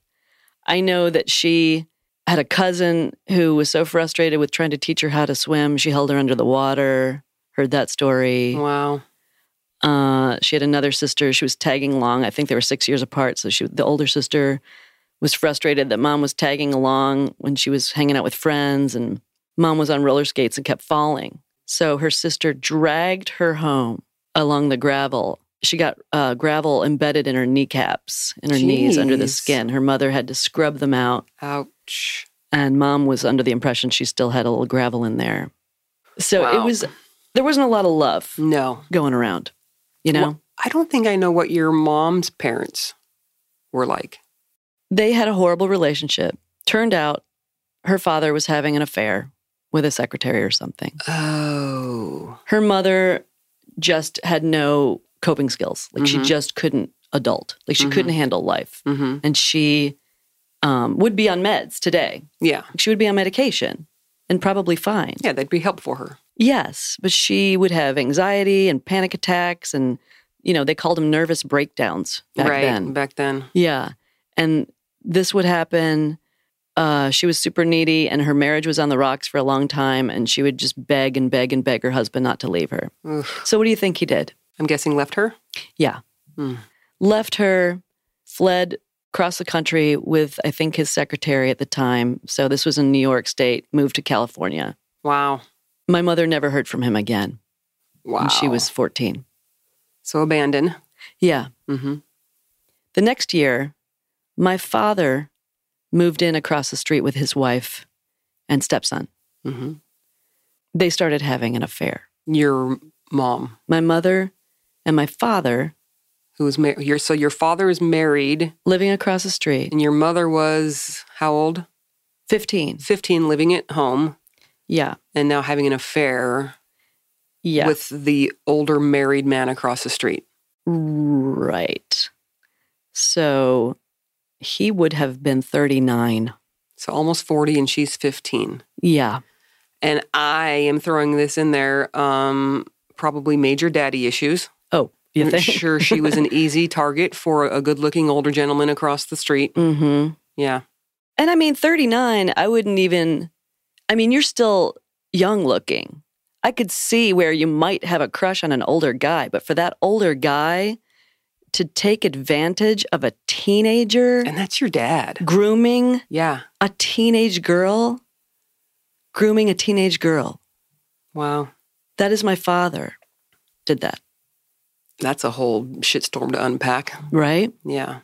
Speaker 1: I know that she had a cousin who was so frustrated with trying to teach her how to swim. She held her under the water, heard that story.
Speaker 2: Wow.
Speaker 1: Uh, she had another sister. She was tagging along. I think they were six years apart. So she, the older sister, was frustrated that mom was tagging along when she was hanging out with friends, and mom was on roller skates and kept falling. So her sister dragged her home along the gravel. She got uh, gravel embedded in her kneecaps, in her knees, under the
Speaker 2: Jeez.
Speaker 1: skin. Her mother had to scrub them out
Speaker 2: Ouch.
Speaker 1: and mom was under the impression she still had a little gravel in there. So it
Speaker 2: Wow.
Speaker 1: was there wasn't a lot of love
Speaker 2: No.
Speaker 1: going around, you know.
Speaker 2: Well, I don't think I know what your mom's parents were like.
Speaker 1: they had a horrible relationship. Turned out her father was having an affair with a secretary or something.
Speaker 2: Oh.
Speaker 1: Her mother just had no coping skills. Like she
Speaker 2: Mhm.
Speaker 1: just couldn't adult. Like she
Speaker 2: Mhm.
Speaker 1: couldn't handle life.
Speaker 2: Mm-hmm.
Speaker 1: And she um, would be on meds today.
Speaker 2: Yeah.
Speaker 1: She would be on medication and probably fine.
Speaker 2: Yeah, that'd be helpful for her.
Speaker 1: Yes, but she would have anxiety and panic attacks and you know, they called them nervous breakdowns back
Speaker 2: right.
Speaker 1: then.
Speaker 2: Back then.
Speaker 1: Yeah. And this would happen. Uh, she was super needy, and her marriage was on the rocks for a long time. And she would just beg and beg and beg her husband not to leave her.
Speaker 2: Oof.
Speaker 1: So, what do you think he did?
Speaker 2: I'm guessing left her.
Speaker 1: Yeah.
Speaker 2: Hmm.
Speaker 1: Left her, fled across the country with, I think, his secretary at the time. So, this was in New York State, moved to California.
Speaker 2: Wow.
Speaker 1: My mother never heard from him again
Speaker 2: Wow.
Speaker 1: when she was 14.
Speaker 2: so abandoned.
Speaker 1: Yeah.
Speaker 2: Mm-hmm.
Speaker 1: The next year, my father moved in across the street with his wife and stepson.
Speaker 2: Mm-hmm.
Speaker 1: They started having an affair.
Speaker 2: Your mom,
Speaker 1: My mother and my father
Speaker 2: who was married. Your so your father is married,
Speaker 1: living across the street,
Speaker 2: and your mother was how old?
Speaker 1: 15.
Speaker 2: Fifteen, living at home,
Speaker 1: Yeah.
Speaker 2: and now having an affair
Speaker 1: Yeah.
Speaker 2: with the older married man across the street.
Speaker 1: right. So he would have been 39.
Speaker 2: So almost 40 and she's 15.
Speaker 1: Yeah.
Speaker 2: And I am throwing this in there um probably major daddy issues.
Speaker 1: Oh, you
Speaker 2: I'm
Speaker 1: think?
Speaker 2: sure she was an easy target for a good-looking older gentleman across the street.
Speaker 1: *laughs* Mm-hmm.
Speaker 2: Yeah.
Speaker 1: And I mean, 39, I wouldn't even, I mean, you're still young looking. I could see where you might have a crush on an older guy, but for that older guy to take advantage of a teenager
Speaker 2: And that's your dad.
Speaker 1: grooming
Speaker 2: Yeah.
Speaker 1: a teenage girl, grooming a teenage girl.
Speaker 2: Wow.
Speaker 1: That is my father did that,
Speaker 2: That's a whole shitstorm to unpack.
Speaker 1: right?
Speaker 2: Yeah.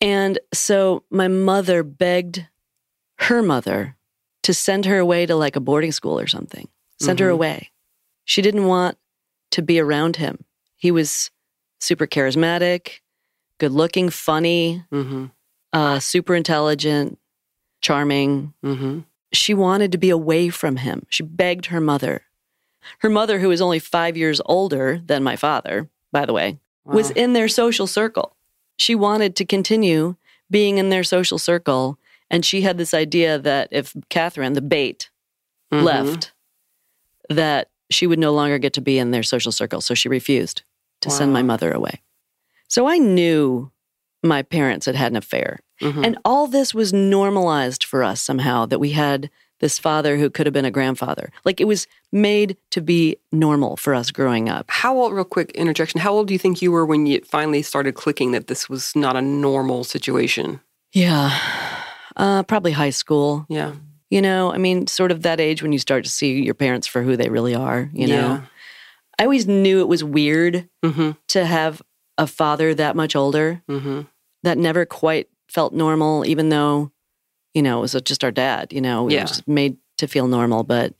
Speaker 1: And so my mother begged her mother to send her away to like a boarding school or something. Send her
Speaker 2: Mhm.
Speaker 1: away. She didn't want to be around him. He was super charismatic, good looking, funny,
Speaker 2: Mm-hmm.
Speaker 1: uh, super intelligent, charming.
Speaker 2: Mm-hmm.
Speaker 1: She wanted to be away from him. She begged her mother. Her mother, who was only five years older than my father, by the way, was in their social circle. She wanted to continue being in their social circle. And she had this idea that if Catherine, the bait,
Speaker 2: Mm-hmm.
Speaker 1: left, that she would no longer get to be in their social circle. So she refused to send my
Speaker 2: Wow.
Speaker 1: mother away. So I knew my parents had had an affair.
Speaker 2: Mhm.
Speaker 1: And all this was normalized for us somehow that we had this father who could have been a grandfather. Like it was made to be normal for us growing up.
Speaker 2: How old, real quick interjection, how old do you think you were when you finally started clicking that this was not a normal situation?
Speaker 1: Yeah. Uh, probably high school.
Speaker 2: Yeah.
Speaker 1: You know, I mean, sort of that age when you start to see your parents for who they really are, you know. I always knew it was weird
Speaker 2: Yeah. Mm-hmm.
Speaker 1: to have a father that much older.
Speaker 2: Mm-hmm.
Speaker 1: That never quite felt normal, even though, you know, it was just our dad, you know, we
Speaker 2: Yeah.
Speaker 1: were just made to feel normal, but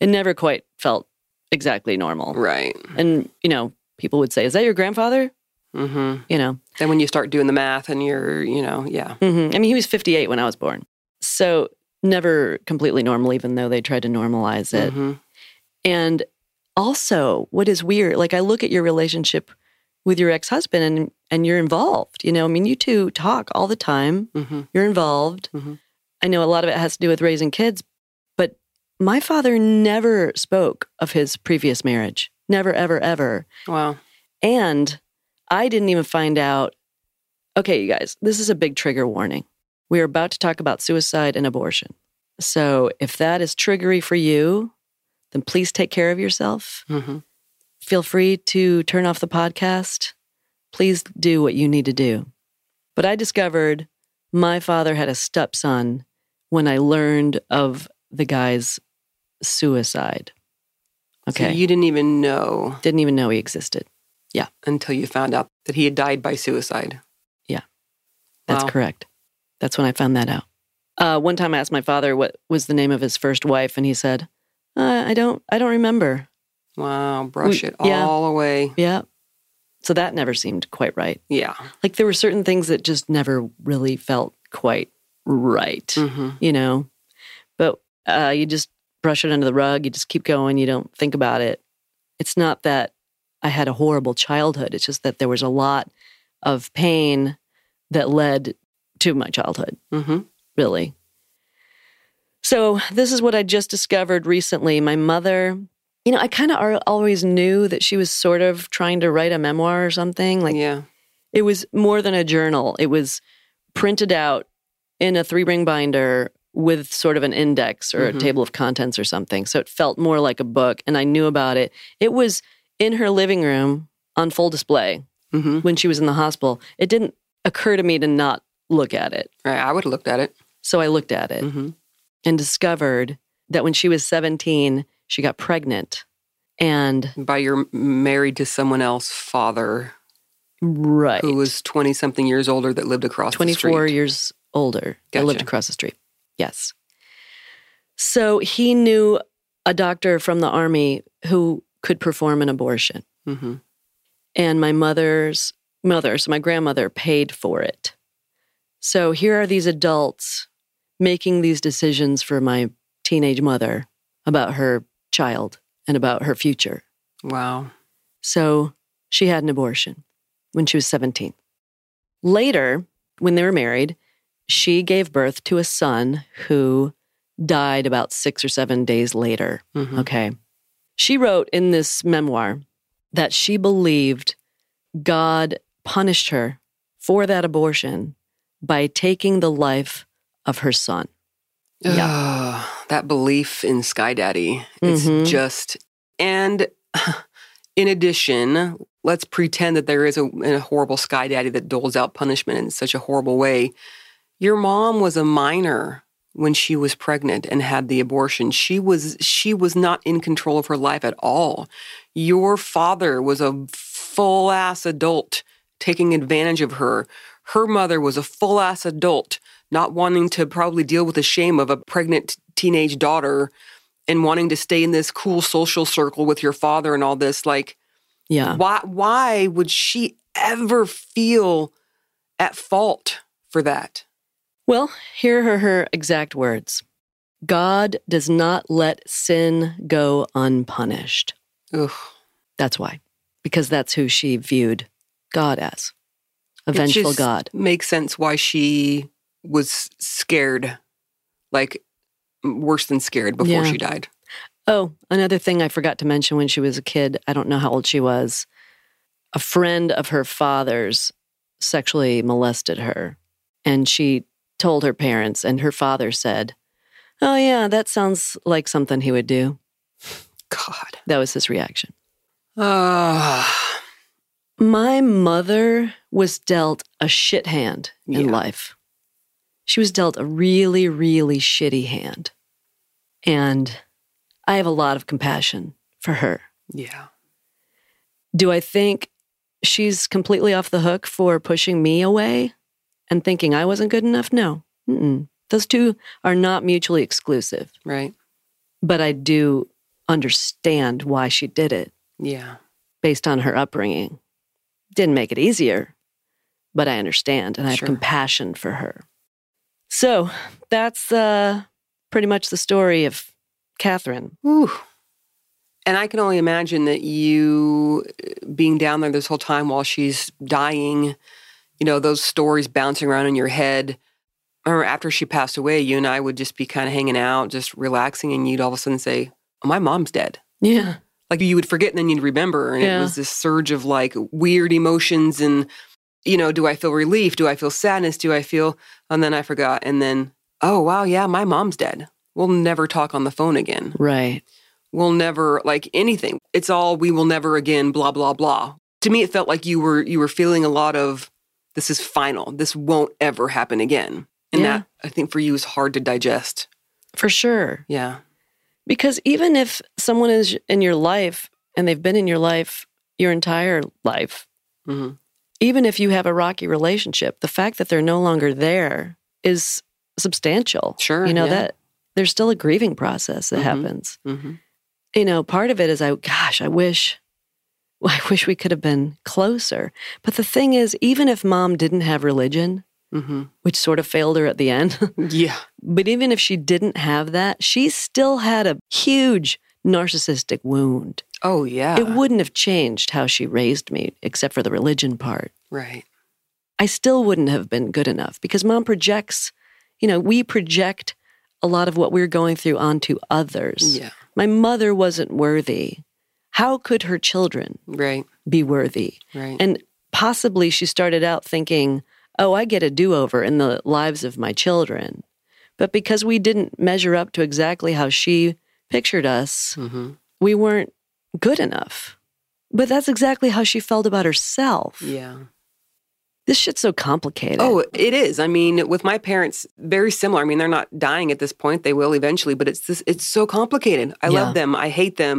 Speaker 1: it never quite felt exactly normal.
Speaker 2: Right.
Speaker 1: And, you know, people would say, Is that your grandfather?
Speaker 2: Mm-hmm.
Speaker 1: You know,
Speaker 2: Then when you start doing the math and you're, you know, yeah.
Speaker 1: hmm I mean, he was 58 when I was born. So never completely normal, even though they tried to normalize it.
Speaker 2: Mm-hmm.
Speaker 1: And also, what is weird, like I look at your relationship with your ex husband and, and you're involved. You know, I mean, you two talk all the time,
Speaker 2: Mm-hmm.
Speaker 1: you're involved.
Speaker 2: Mhm.
Speaker 1: I know a lot of it has to do with raising kids, but my father never spoke of his previous marriage. Never, ever, ever.
Speaker 2: Wow.
Speaker 1: And I didn't even find out. Okay, you guys, this is a big trigger warning. We are about to talk about suicide and abortion. So if that is triggery for you, then please take care of yourself.
Speaker 2: Mm-hmm.
Speaker 1: Feel free to turn off the podcast. Please do what you need to do. But I discovered my father had a stepson when I learned of the guy's suicide.
Speaker 2: Okay.
Speaker 1: Okay.
Speaker 2: So you didn't even know
Speaker 1: Didn't even know he existed.
Speaker 2: until you found out that he had died by suicide.
Speaker 1: That's
Speaker 2: Wow.
Speaker 1: correct. That's when I found that out. Uh, one time I asked my father what was the name of his first wife, and he said, uh, "I don't, I don't remember."
Speaker 2: Wow. Brush
Speaker 1: We-
Speaker 2: it
Speaker 1: yeah.
Speaker 2: all away.
Speaker 1: Yeah. So that never seemed quite right.
Speaker 2: Yeah.
Speaker 1: Like there were certain things that just never really felt quite right,
Speaker 2: Mm-hmm.
Speaker 1: you know. But uh, you just brush it under the rug. You just keep going. You don't think about it. It's not that I had a horrible childhood. It's just that there was a lot of pain that led to my childhood.
Speaker 2: Mm-hmm.
Speaker 1: really. So, this is what I just discovered recently. My mother, you know, I kind of always knew that she was sort of trying to write a memoir or something. Like,
Speaker 2: yeah.
Speaker 1: it was more than a journal, it was printed out in a three ring binder with sort of an index or
Speaker 2: Mhm.
Speaker 1: a table of contents or something. So, it felt more like a book, and I knew about it. It was in her living room on full display
Speaker 2: Mm-hmm.
Speaker 1: when she was in the hospital. It didn't occur to me to not look at it.
Speaker 2: Right. I would have looked at it.
Speaker 1: So, I looked at it
Speaker 2: Mm-hmm.
Speaker 1: and discovered that when she was 17, she got pregnant. And
Speaker 2: By your married to someone else father
Speaker 1: right,
Speaker 2: who was 20 something years older that lived across the street.
Speaker 1: 24 years older, I lived
Speaker 2: Gotcha.
Speaker 1: across the street. Yes. So he knew a doctor from the army who could perform an abortion.
Speaker 2: Mm-hmm.
Speaker 1: And my mother's mother, so my grandmother, paid for it. So here are these adults making these decisions for my teenage mother about her child and about her future.
Speaker 2: Wow.
Speaker 1: So she had an abortion when she was 17. Later, when they were married, she gave birth to a son who died about six or seven days later.
Speaker 2: Mm-hmm.
Speaker 1: Okay. She wrote in this memoir that she believed God punished her for that abortion by taking the life of her son. Yeah.
Speaker 2: Ugh, that belief in Sky Daddy, it's
Speaker 1: Mhm.
Speaker 2: just And *sighs* in addition, let's pretend that there is a, a horrible sky daddy that doles out punishment in such a horrible way. Your mom was a minor when she was pregnant and had the abortion. She was she was not in control of her life at all. Your father was a full ass adult taking advantage of her. Her mother was a full ass adult, not wanting to probably deal with the shame of a pregnant teenage daughter and wanting to stay in this cool social circle with your father and all this like
Speaker 1: Yeah.
Speaker 2: why why would she ever feel at fault for that?
Speaker 1: Well, here are her exact words God does not let sin go unpunished.
Speaker 2: Ugh.
Speaker 1: That's why, because that's who she viewed God as a
Speaker 2: It
Speaker 1: vengeful
Speaker 2: just
Speaker 1: God.
Speaker 2: Makes sense why she was scared, like m- worse than scared before
Speaker 1: Yeah.
Speaker 2: she died.
Speaker 1: Oh, another thing I forgot to mention when she was a kid, I don't know how old she was, a friend of her father's sexually molested her. And she told her parents, and her father said, Oh, yeah, that sounds like something he would do.
Speaker 2: God.
Speaker 1: That was his reaction.
Speaker 2: Ah.
Speaker 1: My mother was dealt a shit hand in
Speaker 2: Yeah.
Speaker 1: life. She was dealt a really, really shitty hand. And I have a lot of compassion for her.
Speaker 2: yeah.
Speaker 1: Do I think she's completely off the hook for pushing me away and thinking I wasn't good enough? No. Mm-mm. Those two are not mutually exclusive,
Speaker 2: Right.
Speaker 1: but I do understand why she did it
Speaker 2: Yeah.
Speaker 1: based on her upbringing. Didn't make it easier, but I understand and I have
Speaker 2: Sure.
Speaker 1: compassion for her. So that's uh, pretty much the story of Catherine.
Speaker 2: Ooh. And I can only imagine that you uh, being down there this whole time while she's dying, you know, those stories bouncing around in your head. I remember after she passed away, you and I would just be kind of hanging out, just relaxing, and you'd all of a sudden say, oh, My mom's dead.
Speaker 1: Yeah.
Speaker 2: like you would forget and then you'd remember and
Speaker 1: Yeah.
Speaker 2: it was this surge of like weird emotions and you know do i feel relief do i feel sadness do i feel and then i forgot and then oh wow yeah my mom's dead we'll never talk on the phone again
Speaker 1: Right.
Speaker 2: we'll never like anything it's all we will never again blah blah blah to me it felt like you were you were feeling a lot of this is final this won't ever happen again and
Speaker 1: Yeah.
Speaker 2: that i think for you is hard to digest
Speaker 1: For sure.
Speaker 2: yeah
Speaker 1: Because even if someone is in your life and they've been in your life your entire life,
Speaker 2: hmm
Speaker 1: even if you have a rocky relationship, the fact that they're no longer there is substantial.
Speaker 2: Sure,
Speaker 1: You know,
Speaker 2: yeah.
Speaker 1: that there's still a grieving process that
Speaker 2: Mhm.
Speaker 1: happens.
Speaker 2: hmm
Speaker 1: You know, part of it is I, gosh, I wish, *laughs* I wish we could have been closer. But the thing is, even if mom didn't have religion,
Speaker 2: hmm
Speaker 1: which sort of failed her at the end, *laughs*
Speaker 2: yeah
Speaker 1: But even if she didn't have that, she still had a huge narcissistic wound.
Speaker 2: oh yeah
Speaker 1: It wouldn't have changed how she raised me, except for the religion part.
Speaker 2: right
Speaker 1: I still wouldn't have been good enough because mom projects, you know, we project a lot of what we're going through onto others.
Speaker 2: yeah
Speaker 1: My mother wasn't worthy. How could her children
Speaker 2: right
Speaker 1: be worthy?
Speaker 2: right
Speaker 1: And possibly she started out thinking, oh, I get a do over in the lives of my children. But because we didn't measure up to exactly how she pictured us,
Speaker 2: hmm
Speaker 1: we weren't good enough. But that's exactly how she felt about herself.
Speaker 2: Yeah.
Speaker 1: This shit's so complicated.
Speaker 2: Oh, it is. I mean, with my parents, very similar. I mean, they're not dying at this point. They will eventually, but it's this it's so complicated. I
Speaker 1: Yeah.
Speaker 2: love them. I hate them.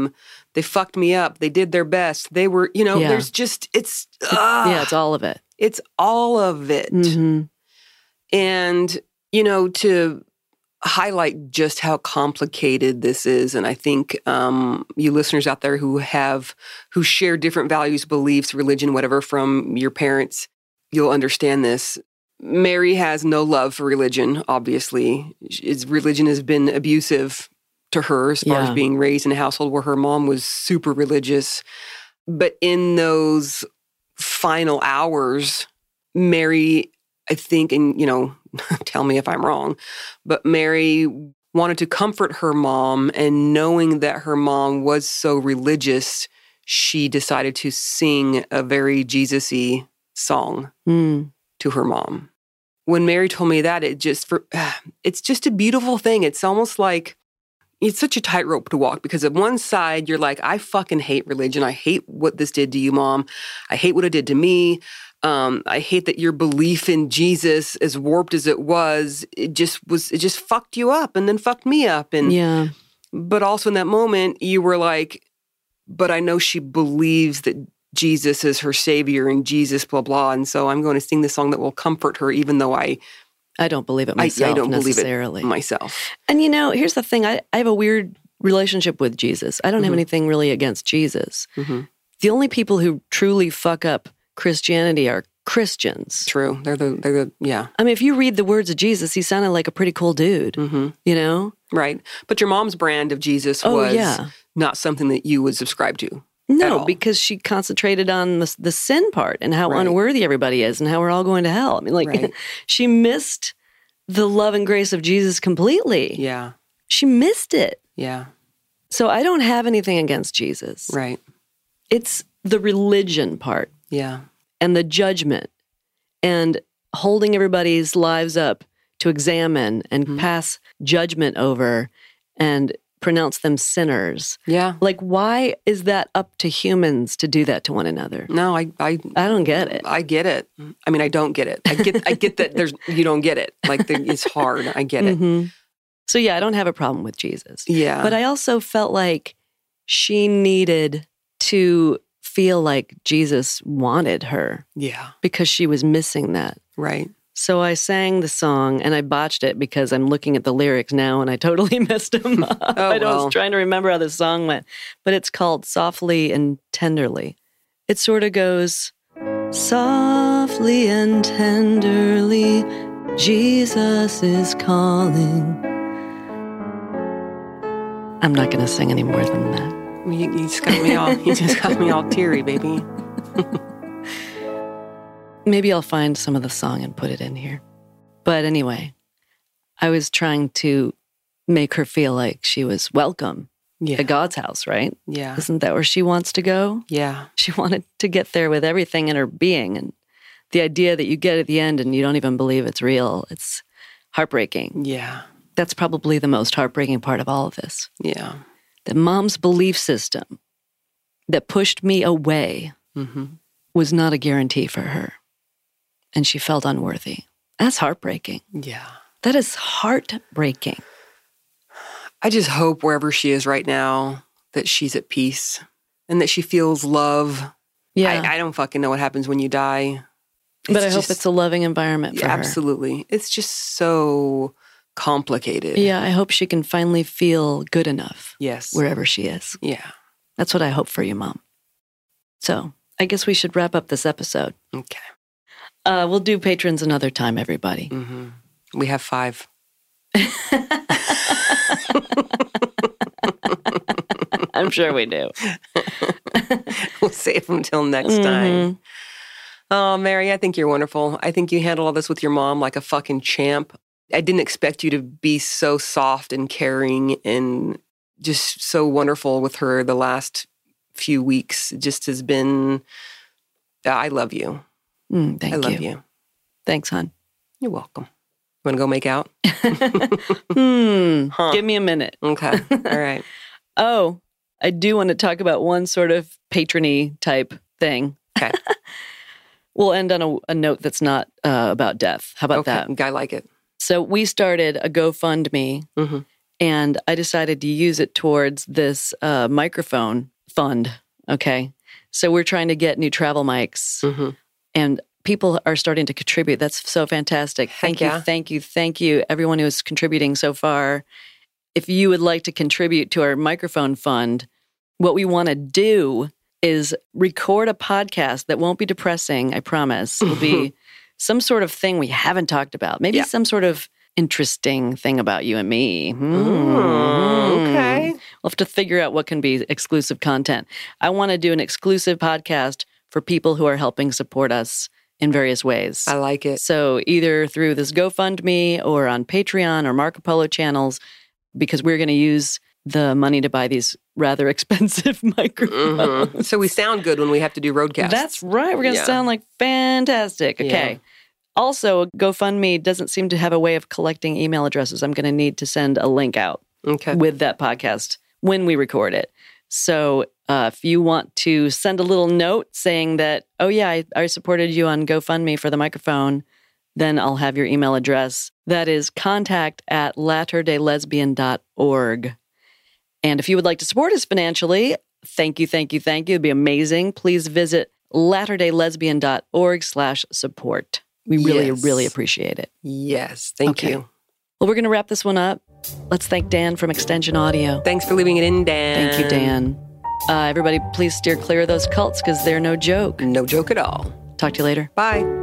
Speaker 2: They fucked me up. They did their best. They were, you know,
Speaker 1: Yeah.
Speaker 2: there's just it's ah,
Speaker 1: yeah, it's all of it.
Speaker 2: it's all of it.
Speaker 1: Mhm.
Speaker 2: And, you know, to highlight just how complicated this is. And I think um, you listeners out there who have, who share different values, beliefs, religion, whatever from your parents, you'll understand this. Mary has no love for religion, obviously. It's, religion has been abusive to her as far
Speaker 1: Yeah.
Speaker 2: as being raised in a household where her mom was super religious. But in those final hours, Mary, I think, and you know, *laughs* tell me if I'm wrong, but Mary wanted to comfort her mom. And knowing that her mom was so religious, she decided to sing a very Jesus y song
Speaker 1: Mm.
Speaker 2: to her mom. *sighs* When Mary told me that, it just for it's just a beautiful thing. It's almost like it's such a tightrope to walk because on one side you're like i fucking hate religion i hate what this did to you mom i hate what it did to me um, i hate that your belief in jesus as warped as it was it just was it just fucked you up and then fucked me up and
Speaker 1: Yeah.
Speaker 2: but also in that moment you were like but i know she believes that jesus is her savior and jesus blah blah and so i'm going to sing the song that will comfort her even though i
Speaker 1: I don't believe it
Speaker 2: I- I
Speaker 1: myself
Speaker 2: don't believe it
Speaker 1: necessarily.
Speaker 2: myself
Speaker 1: And you know, here's the thing I, I have a weird relationship with Jesus. I don't have
Speaker 2: Mhm.
Speaker 1: anything really against Jesus.
Speaker 2: Mhm.
Speaker 1: The only people who truly fuck up Christianity are Christians.
Speaker 2: true they're the they're the yeah
Speaker 1: I mean, if you read the words of Jesus, he sounded like a pretty cool dude,
Speaker 2: hmm
Speaker 1: you know?
Speaker 2: Right. But your mom's brand of Jesus
Speaker 1: Oh,
Speaker 2: was
Speaker 1: yeah.
Speaker 2: not something that you would subscribe to.
Speaker 1: No,
Speaker 2: all.
Speaker 1: because she concentrated on the, the sin part and how
Speaker 2: Right.
Speaker 1: unworthy everybody is and how we're all going to hell. I mean, like,
Speaker 2: Right.
Speaker 1: *laughs* she missed the love and grace of Jesus completely.
Speaker 2: Yeah.
Speaker 1: She missed it.
Speaker 2: Yeah.
Speaker 1: So I don't have anything against Jesus.
Speaker 2: Right.
Speaker 1: It's the religion part
Speaker 2: Yeah.
Speaker 1: and the judgment and holding everybody's lives up to examine and
Speaker 2: Mm-hmm.
Speaker 1: pass judgment over and pronounce them sinners.
Speaker 2: Yeah.
Speaker 1: Like, why is that up to humans to do that to one another?
Speaker 2: No, I I
Speaker 1: I don't get it.
Speaker 2: I get it. I mean, I don't get it. I get I get that there's you don't get it. Like the, it's hard. I get it.
Speaker 1: Mhm. So, yeah, I don't have a problem with Jesus.
Speaker 2: Yeah.
Speaker 1: Mm-hmm. But I also felt like she needed to feel like Jesus wanted her
Speaker 2: yeah.
Speaker 1: because she was missing that.
Speaker 2: Right.
Speaker 1: So I sang the song and I botched it because I'm looking at the lyrics now and I totally *laughs* messed them
Speaker 2: *laughs*
Speaker 1: up.
Speaker 2: Oh,
Speaker 1: I
Speaker 2: well.
Speaker 1: was trying to remember how the song went, but it's called Softly and Tenderly. It sort of goes Softly and tenderly, Jesus is calling. I'm not going to sing any more than that.
Speaker 2: You, you just got me all
Speaker 1: *laughs*
Speaker 2: you just got me all teary, baby.
Speaker 1: Maybe I'll find some of the song and put it in here. But anyway, I was trying to make her feel like she was welcome
Speaker 2: Yeah.
Speaker 1: at God's house, right?
Speaker 2: Yeah.
Speaker 1: Isn't that where she wants to go? *laughs*
Speaker 2: Yeah.
Speaker 1: She wanted to get there with everything in her being. And the idea that you get at the end and you don't even believe it's real, it's heartbreaking.
Speaker 2: Yeah.
Speaker 1: That's probably the most heartbreaking part of all of this.
Speaker 2: Yeah.
Speaker 1: That mom's belief system that pushed me away
Speaker 2: Mm-hmm.
Speaker 1: was not a guarantee for her. And she felt unworthy. That's heartbreaking.
Speaker 2: Yeah.
Speaker 1: That is heartbreaking.
Speaker 2: I just hope wherever she is right now that she's at peace and that she feels love
Speaker 1: Yeah.
Speaker 2: I, I don't fucking know what happens when you die.
Speaker 1: but I
Speaker 2: just-
Speaker 1: hope it's a loving environment for
Speaker 2: yeah,
Speaker 1: her.
Speaker 2: absolutely. It's just so complicated.
Speaker 1: Yeah, I hope she can finally feel good enough
Speaker 2: Yes.
Speaker 1: wherever she is.
Speaker 2: yeah.
Speaker 1: That's what I hope for you, Mom. So I guess we should wrap up this episode.
Speaker 2: Okay.
Speaker 1: Uh, we'll do patrons another time, everybody.
Speaker 2: hmm We have five.
Speaker 1: *laughs*
Speaker 2: *laughs*
Speaker 1: I'm sure we do.
Speaker 2: We'll save them till next time.
Speaker 1: Mhm.
Speaker 2: Oh, Mary, I think you're wonderful. I think you handle all this with your mom like a fucking champ. I didn't expect you to be so soft and caring and just so wonderful with her the last few weeks. It just has been, I love you.
Speaker 1: Mm, thank
Speaker 2: I love
Speaker 1: you.
Speaker 2: you.
Speaker 1: Thanks, hon.
Speaker 2: You're welcome. Want to go make out?
Speaker 1: Hmm.
Speaker 2: Huh.
Speaker 1: Give me a minute.
Speaker 2: *laughs* Okay. All
Speaker 1: *laughs*
Speaker 2: right.
Speaker 1: Oh, I do want to talk about one sort of patrony type thing.
Speaker 2: Okay.
Speaker 1: *laughs* We'll end on a, a note that's not uh, about death. How about
Speaker 2: okay.
Speaker 1: that?
Speaker 2: Guy like it.
Speaker 1: So we started a GoFundMe,
Speaker 2: Mhm.
Speaker 1: and I decided to use it towards this uh, microphone fund. Okay, so we're trying to get new travel mics,
Speaker 2: hmm
Speaker 1: and people are starting to contribute. That's so fantastic! Thank
Speaker 2: yeah.
Speaker 1: you, thank you, thank you, everyone who is contributing so far. If you would like to contribute to our microphone fund, what we want to do is record a podcast that won't be depressing. I promise. It'll
Speaker 2: *laughs*
Speaker 1: be some sort of thing we haven't talked about. Maybe
Speaker 2: Yeah.
Speaker 1: some sort of interesting thing about you and me. Hmm.
Speaker 2: Mm-hmm. okay.
Speaker 1: We'll have to figure out what can be exclusive content. I want to do an exclusive podcast for people who are helping support us in various ways.
Speaker 2: I like
Speaker 1: *laughs*
Speaker 2: it.
Speaker 1: So either through this GoFundMe or on Patreon or Marco Polo channels, because we're going to use the money to buy these rather *laughs* expensive microphones.
Speaker 2: Mhm. So we sound good when we have to do roadcasts.
Speaker 1: That's right. We're going to
Speaker 2: Yeah.
Speaker 1: sound like fantastic. Okay.
Speaker 2: Yeah.
Speaker 1: Also, GoFundMe doesn't seem to have a way of collecting email addresses. I'm going to need to send a link out.
Speaker 2: Okay.
Speaker 1: with that podcast when we record it. So uh, if you want to send a little note saying that, oh, yeah, I, I supported you on GoFundMe for the microphone, then I'll have your email address. That is contact at latterdaylesbian.org. And if you would like to support us financially, thank you, thank you, thank you. It'd be amazing. Please visit latterdaylesbian.org slash support. We really,
Speaker 2: Yes.
Speaker 1: really appreciate it.
Speaker 2: Yes. Thank
Speaker 1: Okay.
Speaker 2: you.
Speaker 1: Well, we're going to wrap this one up. Let's thank Dan from Extension Audio.
Speaker 2: Thanks for leaving it in, Dan.
Speaker 1: Thank you, Dan. Uh, everybody, please steer clear of those cults because they're no joke.
Speaker 2: No joke at all.
Speaker 1: Talk to you later.
Speaker 2: Bye.